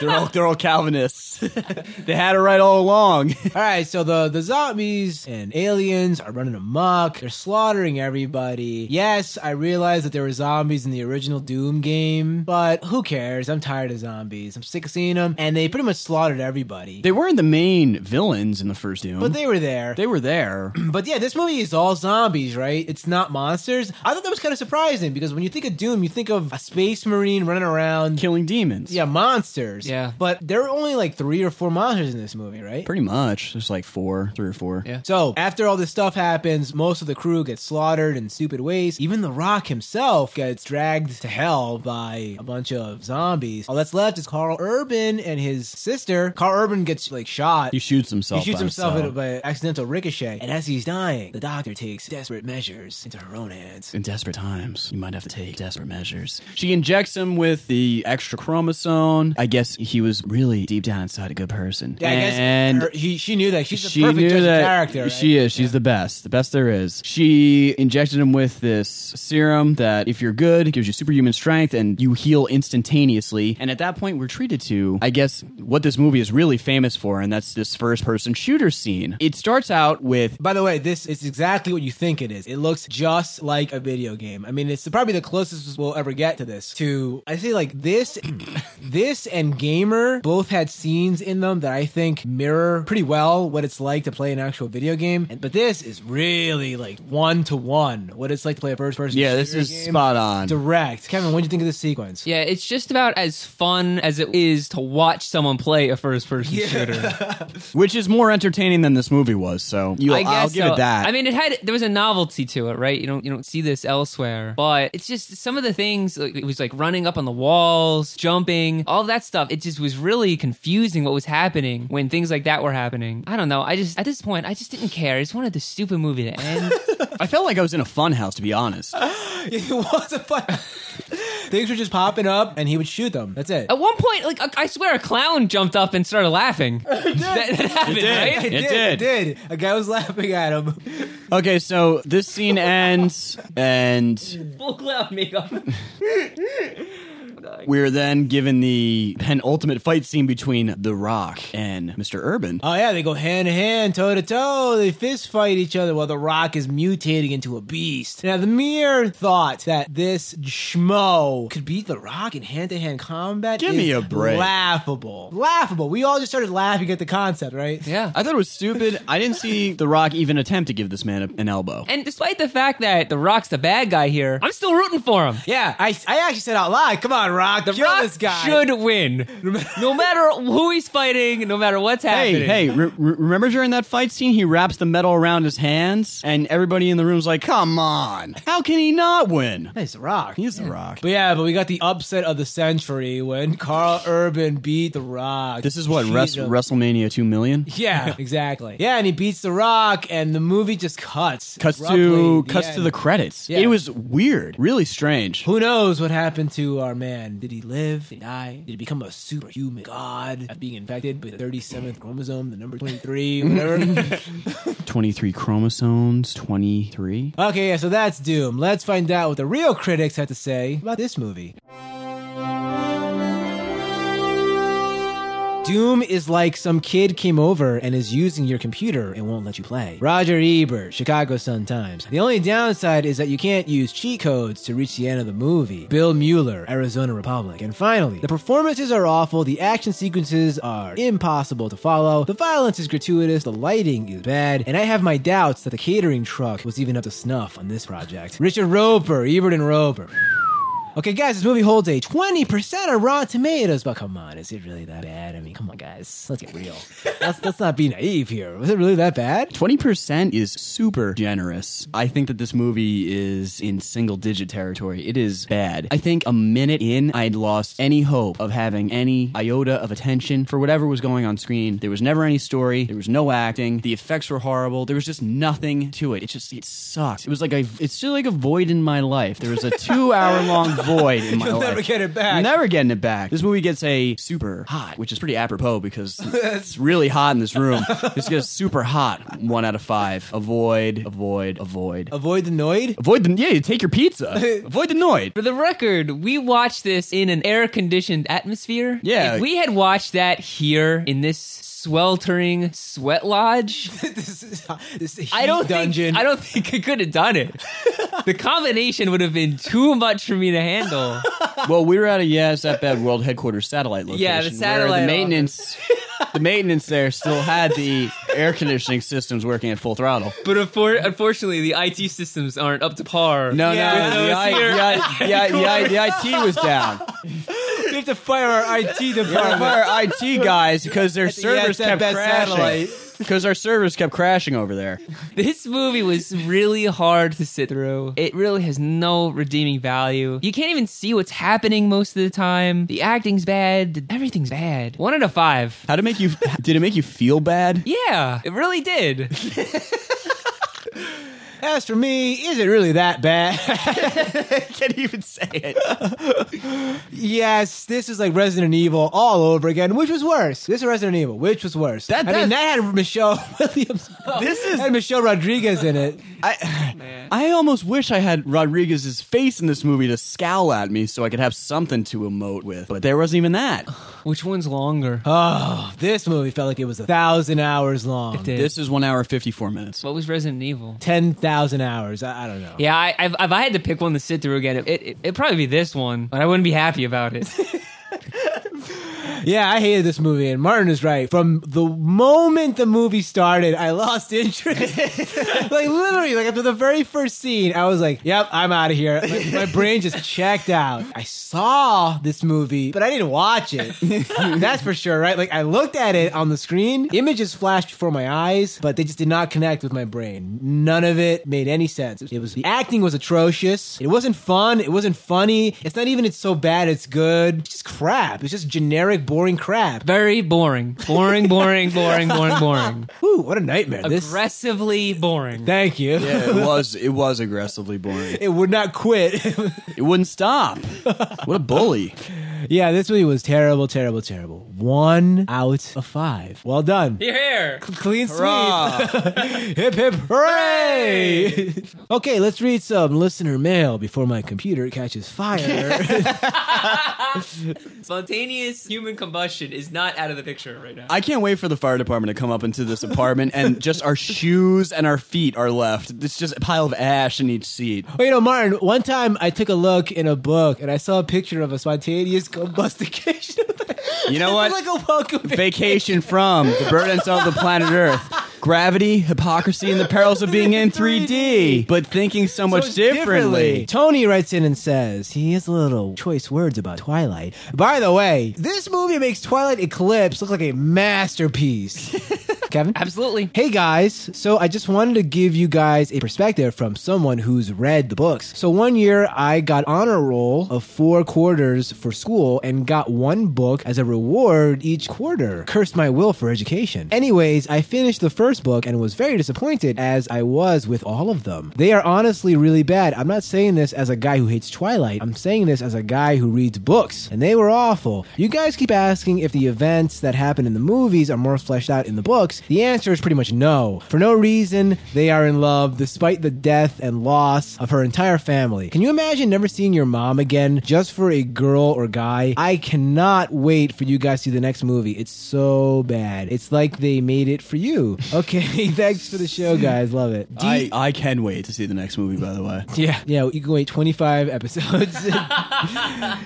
they're, all, they're all Calvinists. they had it right all along. All right, so the the zombies and aliens are running amok. They're slaughtering everybody. Yes, I realized that there were zombies in the original Doom game, but who cares? I'm tired of zombies. I'm sick of seeing them, and they pretty much slaughtered everybody. they weren't the main villains in the first Doom. but they were there. they were there. But yeah, this movie is all zombies, right? It's not monsters. I thought that was kind of surprising because when you think of Doom, you think of a space marine running around. Killing demons. Yeah, monsters. Yeah. But there are only like three or four monsters in this movie, right? Pretty much. There's like four, three or four. Yeah. So after all this stuff happens, most of the crew gets slaughtered in stupid ways. Even The Rock himself gets dragged to hell by a bunch of zombies. All that's left is Carl Urban and his sister. Carl Urban gets like shot. He shoots himself. He shoots by himself at- by accidental ricochet, and as he's dying, the doctor takes desperate measures into her own hands. In desperate times, you might have to take desperate measures. She injects him with the extra chromosome. I guess because he was really deep down inside a good person. Yeah, I guess and her- he, she knew that she's the she perfect knew judge that of character. right? she is. She's the best, the best there is. She injected him with this serum that, if you're good, gives you superhuman strength and you heal instantaneously. And at that point, we're treated to, I guess, what this movie is really famous for, and that's this first-person shooter scene. It starts out with By the way, this is exactly what you think it is. It looks just like a video game. I mean, it's probably the closest we'll ever get to this. To I say like this, this and Gamer both had scenes in them that I think mirror pretty well what it's like to play an actual video game. And, but this is really like one to one what it's like to play a first person. yeah, this is spot on. direct. Kevin, what do you think of this sequence? Yeah, it's just about as fun as it is to watch someone play a first person shooter. which is more entertaining than this movie was. So you, I I'll, I'll guess give so. it that. I mean, it had there was a novelty to it, right? You don't you don't see this elsewhere. But it's just some of the things like, it was like running up on the walls, jumping, all that stuff. It just was really confusing what was happening when things like that were happening. I don't know. I just at this point, I just didn't care. I just wanted the stupid movie to end. I felt like I was in a fun house, to be honest. it was a fun. Things were just popping up, and he would shoot them. That's it. At one point, like I- I swear, a clown jumped up and started laughing. that, that happened, did. right? It It did. A guy was laughing at him. Okay, so this scene ends, and Full clown makeup. we're then given the penultimate fight scene between The Rock and Mr. Urban. Oh yeah, they go hand to hand, toe to toe. They fist fight each other while the Rock is mutating into a beast. Now the mere thought that this schmo could beat the Rock in hand to hand combat Give is me a break. laughable, laughable. We all just started laughing at the concept, right? Yeah. I thought it was stupid. I didn't see The Rock even attempt to give this man a- an elbow. And despite the fact that The Rock's the bad guy here, I'm still rooting for him. Yeah, I, I actually said out loud, "Come on, Rock, kill Rock this guy." should win. no matter who he's fighting, no matter what's happening. Hey, hey, re- re- remember during that fight scene, he wraps the metal around his hands, and everybody in the room's like, come on. How can he not win? Nice Rock. He's The Rock. But yeah, but we got the upset of the century when Carl Urban beat The Rock. This is what, Jeez, Wres- uh, WrestleMania 2 million? Yeah, exactly. Yeah, and he beats The Rock, and the movie just cuts. cuts abruptly to at cuts to end. the credits. Yeah. It was weird, really strange. Who knows what happened to our man? Did he live? Did he die? Did he become a superhuman god at being infected by the 37th chromosome, the number 23, whatever? Twenty three chromosomes, twenty three. okay, yeah, so that's Doom. Let's find out what the real critics had to say about this movie. Doom is like some kid came over and is using your computer and won't let you play. Roger Ebert, Chicago Sun Times. The only downside is that you can't use cheat codes to reach the end of the movie. Bill Mueller, Arizona Republic. And finally, the performances are awful, the action sequences are impossible to follow, the violence is gratuitous, the lighting is bad, and I have my doubts that the catering truck was even up to snuff on this project. Richard Roper, Ebert and Roper. Okay, guys, this movie holds a 20% of Rotten Tomatoes, but come on, is it really that bad? I mean, come on, guys, let's get real. let's, let's not be naive here. Was it really that bad? Twenty percent is super generous. I think that this movie is in single digit territory. It is bad. I think a minute in, I'd lost any hope of having any iota of attention for whatever was going on screen. There was never any story. There was no acting. The effects were horrible. There was just nothing to it. It just it sucked. It was like a it's just like a void in my life. There was a two hour long void in my You'll life. never get it back. Never getting it back. This movie gets a super hot, which is pretty apropos because it's really hot in this room. This gets super hot. One out of five. Avoid, avoid, avoid. Avoid the Noid? Avoid the yeah. You take your pizza. Avoid the noid. For the record, we watched this in an air conditioned atmosphere. Yeah. If we had watched that here in this sweltering sweat lodge, this is, this is a I don't heat dungeon. think I don't think I could have done it. the combination would have been too much for me to handle. Well, we were at a yes at bad world headquarters satellite location. Yeah, the where satellite the maintenance. the maintenance there still had the air conditioning systems working at full throttle. But unfor- unfortunately, the IT systems aren't up to par. No, Yeah, no, the, those I, here. the, I, the, I, the, I, the IT was down. we have to fire our IT department. our IT guys because their the servers ESN kept best crashing. satellite. Because our servers kept crashing over there. This movie was really hard to sit through. It really has no redeeming value. You can't even see what's happening most of the time. The acting's bad. The- Everything's bad. One out of five. How to make you? Did it make you feel bad? Yeah, it really did. As for me, is it really that bad? can't even say it. yes, this is like Resident Evil all over again. Which was worse? This is Resident Evil. Which was worse? That- I mean, that- that had Michelle Williams. This is- had Michelle Rodriguez in it. I, I almost wish I had Rodriguez's face in this movie to scowl at me so I could have something to emote with, but there wasn't even that. Which one's longer? Oh, this movie felt like it was a thousand hours long. It did. This is one hour fifty four minutes. What was Resident Evil? Ten thousand hours. I, I don't know. Yeah, I, I've, if I had to pick one to sit through again, it, it, it'd probably be this one, but I wouldn't be happy about it. Yeah, I hated this movie, and Martin is right. From the moment the movie started, I lost interest. like literally, like after the very first scene, I was like, "Yep, I'm out of here." Like, my brain just checked out. I saw this movie, but I didn't watch it. That's for sure, right? Like I looked at it on the screen, images flashed before my eyes, but they just did not connect with my brain. None of it made any sense. It was the acting was atrocious. It wasn't fun. It wasn't funny. It's not even it's so bad it's good. It's just crap. It's just generic, boring crap. Very boring. Boring, boring, boring, boring, boring. Ooh, what a nightmare! This. Aggressively boring. Thank you. Yeah, it was it was aggressively boring. It would not quit. It wouldn't stop. What a bully. yeah, this movie was terrible, terrible, terrible. One out of five. Well done. Your hair. Clean sweep. Hurrah. hip hip hooray! okay, let's read some listener mail before my computer catches fire. Spontaneous human combustion is not out of the picture right now. I can't wait for the fire department to come up into this apartment and just our shoes and our feet are left. It's just a pile of ash in each seat. oh, you know, Martin, one time I took a look in a book and I saw a picture of a spontaneous combustication. You know what? like a welcome. Vacation from the burdens of the planet Earth. Gravity, hypocrisy, and the perils of being in 3D, but thinking so much differently. Tony writes in and says he has a little choice words about Twilight. By the way, this movie makes Twilight Eclipse look like a masterpiece. Kevin? Absolutely. Hey guys, so I just wanted to give you guys a perspective from someone who's read the books. So one year I got honor roll of four quarters for school and got one book as a reward each quarter. Cursed my will for education. Anyways, I finished the first book and was very disappointed as I was with all of them. They are honestly really bad. I'm not saying this as a guy who hates Twilight. I'm saying this as a guy who reads books, and they were awful. You guys keep asking if the events that happen in the movies are more fleshed out in the books. The answer is pretty much no. For no reason, they are in love despite the death and loss of her entire family. Can you imagine never seeing your mom again just for a girl or guy? I cannot wait for you guys to see the next movie. It's so bad. It's like they made it for you. Okay, thanks for the show, guys. Love it. Do you- I, I can wait to see the next movie, by the way. yeah. Yeah, you can wait 25 episodes.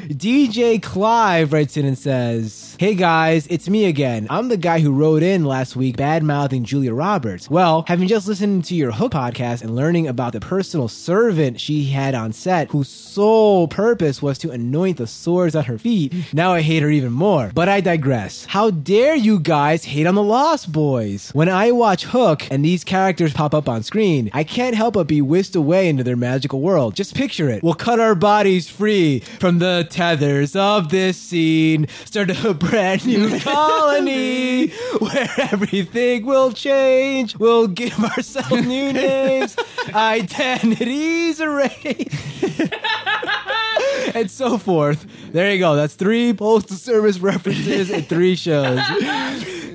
DJ Clive writes in and says, Hey guys, it's me again. I'm the guy who wrote in last week bad mouthing Julia Roberts. Well, having just listened to your Hook podcast and learning about the personal servant she had on set, whose sole purpose was to anoint the sores on her feet, now I hate her even more. But I digress. How dare you guys hate on the Lost Boys? When I watch Hook and these characters pop up on screen, I can't help but be whisked away into their magical world. Just picture it. We'll cut our bodies free from the tethers of this scene, start a brand new colony where everything will change. We'll give ourselves new names, identities erased and so forth. There you go. That's three postal service references and three shows.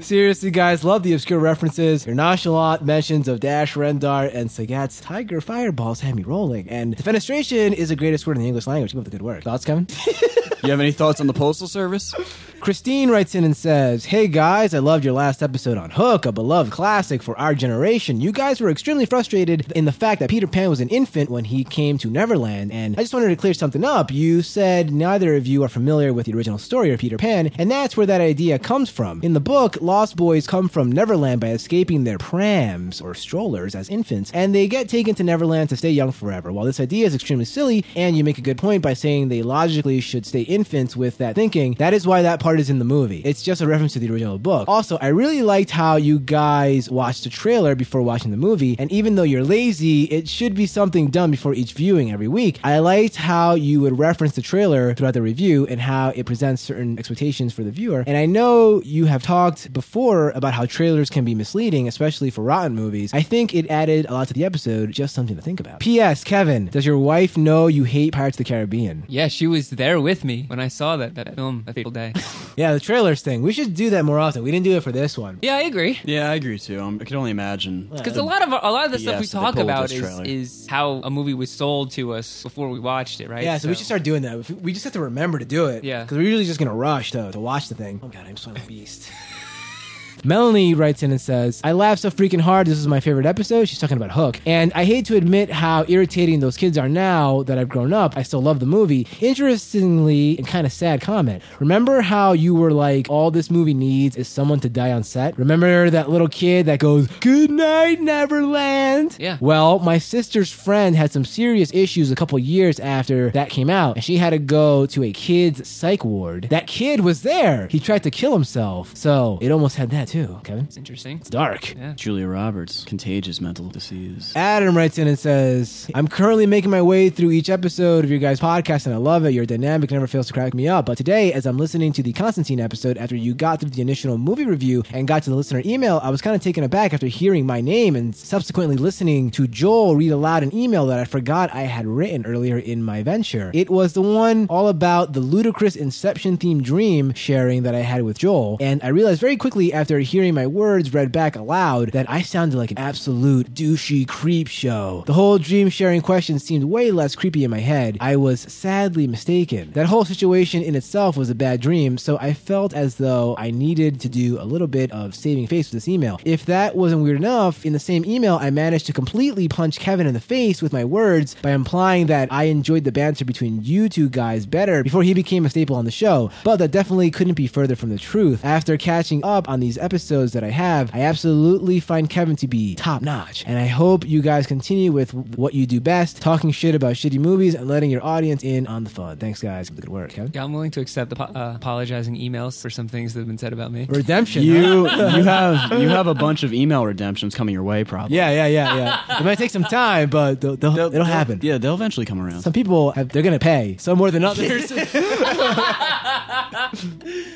Seriously, guys, love the obscure references. Your nonchalant mentions of Dash Rendar and Sagat's Tiger Fireballs have me rolling. And defenestration is the greatest word in the English language. Keep up the good work. Thoughts, Kevin? You have any thoughts on the Postal Service? Christine writes in and says, Hey guys, I loved your last episode on Hook, a beloved classic for our generation. You guys were extremely frustrated in the fact that Peter Pan was an infant when he came to Neverland, and I just wanted to clear something up. You said neither of you are familiar with the original story of Peter Pan, and that's where that idea comes from. In the book, Lost Boys come from Neverland by escaping their prams, or strollers, as infants, and they get taken to Neverland to stay young forever. While this idea is extremely silly, and you make a good point by saying they logically should stay infants with that thinking, that is why that part part is in the movie. It's just a reference to the original book. Also, I really liked how you guys watched the trailer before watching the movie, and even though you're lazy, it should be something done before each viewing every week. I liked how you would reference the trailer throughout the review and how it presents certain expectations for the viewer. And I know you have talked before about how trailers can be misleading, especially for rotten movies. I think it added a lot to the episode, just something to think about. P.S. Kevin, does your wife know you hate Pirates of the Caribbean? Yeah, she was there with me when I saw that that film that fateful day. Yeah, the trailers thing. We should do that more often. We didn't do it for this one. yeah, I agree. Yeah, I agree too. Um, I can only imagine. Because a lot of a lot of the stuff we Yes, they talk pulled about this is, trailer. is how a movie was sold to us before we watched it, right? Yeah, so, we should start doing that. If- We just have to remember to do it. Yeah. Because we're usually just going to rush, though, to watch the thing. Oh, God, I'm such a beast. Melanie writes in and says, I laughed so freaking hard. This is my favorite episode. She's talking about Hook. And I hate to admit how irritating those kids are now that I've grown up. I still love the movie. Interestingly, and kind of sad comment. Remember how you were like, all this movie needs is someone to die on set? Remember that little kid that goes, Good night, Neverland? Yeah. Well, my sister's friend had some serious issues a couple years after that came out, and she had to go to a kid's psych ward. That kid was there. He tried to kill himself. So it almost had that too, Kevin. It's interesting. It's dark. Julia Roberts, contagious mental disease. Adam writes in and says, I'm currently making my way through each episode of your guys' podcast and I love it. Your dynamic never fails to crack me up. But today, as I'm listening to the Constantine episode after you got through the initial movie review and got to the listener email, I was kind of taken aback after hearing my name and subsequently listening to Joel read aloud an email that I forgot I had written earlier in my venture. It was the one all about the ludicrous Inception themed dream sharing that I had with Joel. And I realized very quickly after hearing my words read back aloud that I sounded like an absolute douchey creep show. The whole dream sharing question seemed way less creepy in my head. I was sadly mistaken. That whole situation in itself was a bad dream, so I felt as though I needed to do a little bit of saving face with this email. If that wasn't weird enough, in the same email, I managed to completely punch Kevin in the face with my words by implying that I enjoyed the banter between you two guys better before he became a staple on the show. But that definitely couldn't be further from the truth. After catching up on these episodes that I have, I absolutely find Kevin to be top notch. And I hope you guys continue with what you do best talking shit about shitty movies and letting your audience in on the fun. Thanks, guys. Good work, Kevin. Yeah, I'm willing to accept the po- uh, apologizing emails for some things that have been said about me. Redemption. huh? You you have you have a bunch of email redemptions coming your way, probably. Yeah, yeah, yeah, yeah. It might take some time, but they'll, they'll, They'll- it'll they'll- happen. Yeah, they'll eventually come around. Some people have, they're gonna pay some more than others.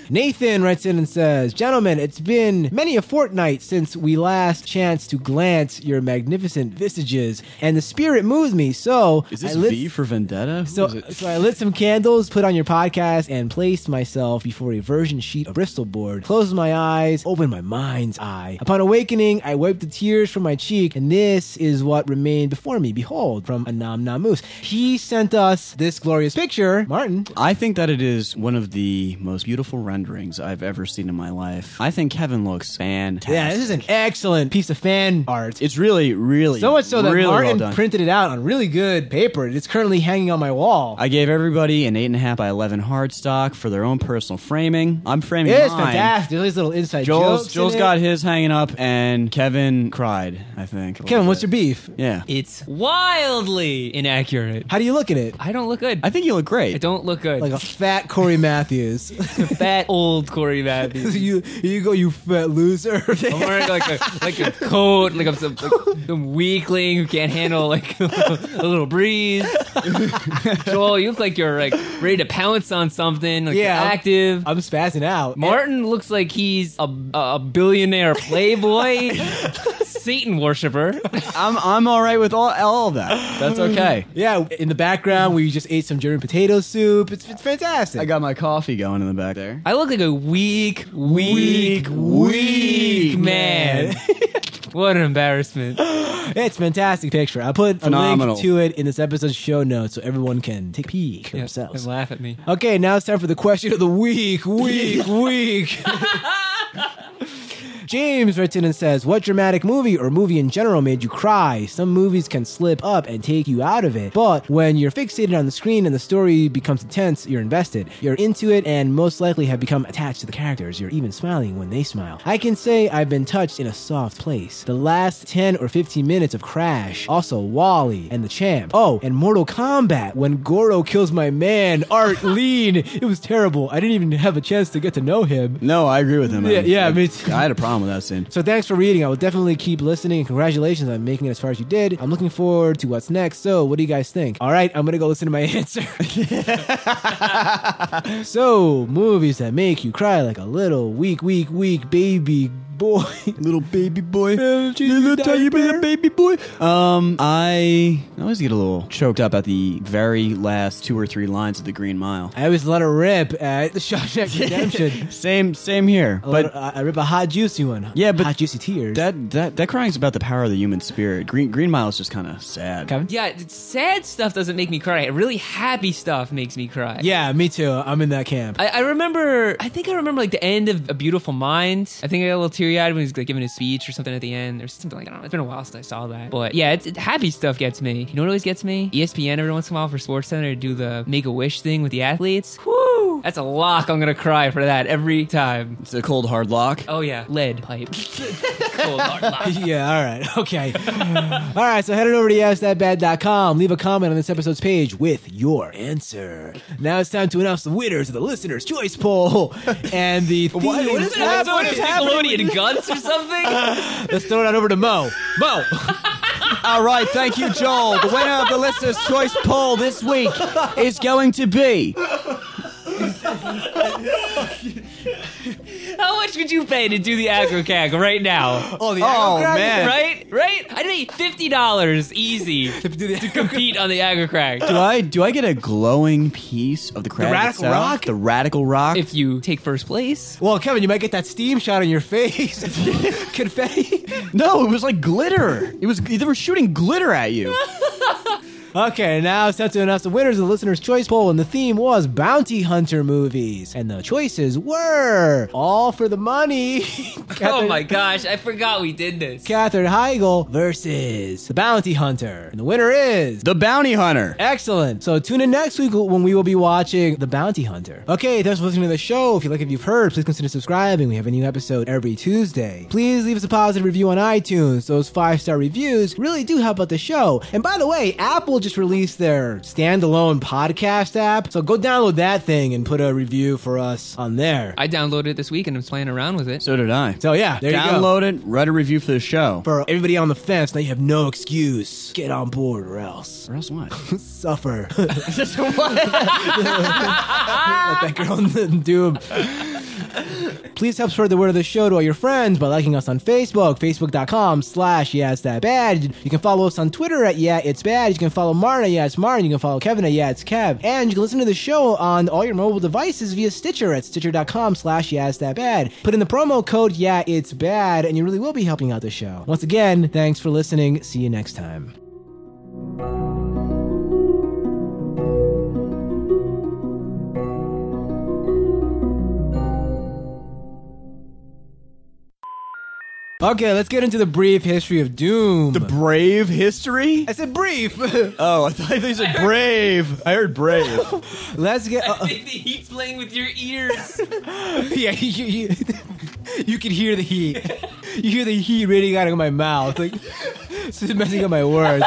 Nathan writes in and says, "Gentlemen, it's been many a fortnight since we last chance to glance your magnificent visages, and the spirit moves me. So Is this I lit- V for Vendetta? Who so, uh, is it? so I lit some candles, put on your podcast, and placed myself before a version sheet of Bristol board. Closed my eyes, opened my mind's eye. Upon awakening, I wiped the tears from my cheek, and this is what remained before me. Behold, from Anam Namus. He sent us this glorious picture, Martin. I think that it is one of the most beautiful renderings I've ever seen in my life. I think Kevin looks fantastic. Yeah, this is an excellent piece of fan art. It's really, really So much so that really well Martin done. printed it out on really good paper. It's currently hanging on my wall. I gave everybody an eight and a half by eleven hardstock for their own personal framing. I'm framing it is mine. fantastic. There's these little inside Joel's jokes. Joel's in it. got his hanging up, and Kevin cried. I think. a little Kevin, what's your bit. beef? Yeah, It's wildly inaccurate. How do you look at it? I don't look good. I think you look great. I don't look good. like a fat Corey Matthews. fat old Corey Matthews. you you go, you fat loser. I'm wearing like a like a coat, like I'm some like, some weakling who can't handle like a little breeze. Joel, you look like you're like ready to pounce on something. Like Yeah. Uh, you're active. I'm spazzing out. Martin looks like he's a, a billionaire playboy, Satan worshiper. I'm I'm all right with all all of that. That's okay. Yeah, in the background we just ate some German potato soup. It's, it's fantastic. I got my coffee going in the back there. I look like a weak, weak, weak, weak man. what an embarrassment. it's a fantastic picture. I put a Phenomenal. link to it in this episode's show notes so everyone can take a peek Yeah, and themselves. laugh at me. Okay, now it's time for the question of the week. Week, week. James writes in and says, What dramatic movie or movie in general made you cry? Some movies can slip up and take you out of it, but when you're fixated on the screen and the story becomes intense, you're invested. You're into it and most likely have become attached to the characters. You're even smiling when they smile. I can say I've been touched in a soft place. The last 10 or 15 minutes of Crash, also Wally and the Champ. Oh, and Mortal Kombat when Goro kills my man, Art Lean. It was terrible. I didn't even have a chance to get to know him. No, I agree with him. Yeah, I, yeah, I, me too. I had a problem with that scene. So thanks for reading. I will definitely keep listening and congratulations on making it as far as you did. I'm looking forward to what's next. So what do you guys think? All right, I'm gonna go listen to my answer. so movies that make you cry like a little weak, weak, weak baby boy. Little baby boy, Little tiny little baby boy. Um, I I always get a little choked up at the very last two or three lines of the Green Mile. I always let her rip at the Shawshank Redemption. Same, same here. but But I I rip a hot juicy one. Yeah, but hot juicy tears. that that that crying's about the power of the human spirit. Green Green Mile is just kind of sad. Kevin? Yeah, it's- sad stuff doesn't make me cry. Really happy stuff makes me cry. Yeah, me too. I'm in that camp. I, I remember, I think I remember like the end of A Beautiful Mind. I think I got a little teary eyed when he was like giving his speech or something at the end or something like that. I don't know. It's been a while since I saw that. But yeah, it's, it, happy stuff gets me. You know what always gets me? E ESPN every once in a while for Sports Center to do the make a wish thing with the athletes. Whoo! That's a lock. I'm going to cry for that every time. It's a cold hard lock. Oh, yeah. Lead pipe. Cold hard lock. yeah, all right. Okay. all right, so head on over to yesthatbad.com. Leave a comment on this episode's page with your answer. Now it's time to announce the winners of the listener's choice poll and the theme. Why- what is Is that What what is is happening? Nickelodeon guns or something? Let's throw it on over to Mo. Mo. All right, thank you, Joel. The winner of the listener's choice poll this week is going to be How much would you pay to do the aggro cag right now? Oh, the Oh, Aggro Crack. man. Right? Right? I'd pay fifty dollars easy to Do the- compete on the aggro crack. Do I do I get a glowing piece of the crab radical itself? rock? The radical rock. If you take first place. Well, Kevin, you might get that steam shot on your face. Confetti. no, it was like glitter. It was they were shooting glitter at you. Okay, now it's time to announce the winners of the listener's choice poll, and the theme was bounty hunter movies. And the choices were all for the money. Oh Catherine- my gosh, I forgot we did this. Catherine Heigl versus the Bounty Hunter. And the winner is. the bounty hunter. Excellent. So tune in next week when we will be watching The Bounty Hunter. Okay, thanks for listening to the show. If you like what you've heard, please consider subscribing. We have a new episode every Tuesday. Please leave us a positive review on iTunes. Those five star reviews really do help out the show. And by the way, Apple just released their standalone podcast app. So go download that thing and put a review for us on there. I downloaded it this week and I'm playing around with it. So did I. So yeah, there you go. Download it. Write a review for the show. For everybody on the fence, now you have no excuse. Get on board or else. or else what? suffer. Let that girl do him. Please help spread the word of the show to all your friends by liking us on Facebook, facebook.com slash yeah it's that bad. You can follow us on Twitter at yeah it's bad. You can follow Martin at yeah it's Martin. You can follow Kevin at yeah it's Kev. And you can listen to the show on all your mobile devices via Stitcher at stitcher.com slash yeah it's that bad. Put in the promo code yeah it's bad and you really will be helping out the show. Once again, thanks for listening. See you next time. Okay, let's get into the brief history of Doom. The brave history. I said brief. Oh, I thought they said brave. I heard brave. Let's get. I Uh, think the heat's playing with your ears. yeah, you, you, you can hear the heat. You hear the heat radiating out of my mouth. Like, this is messing up my words.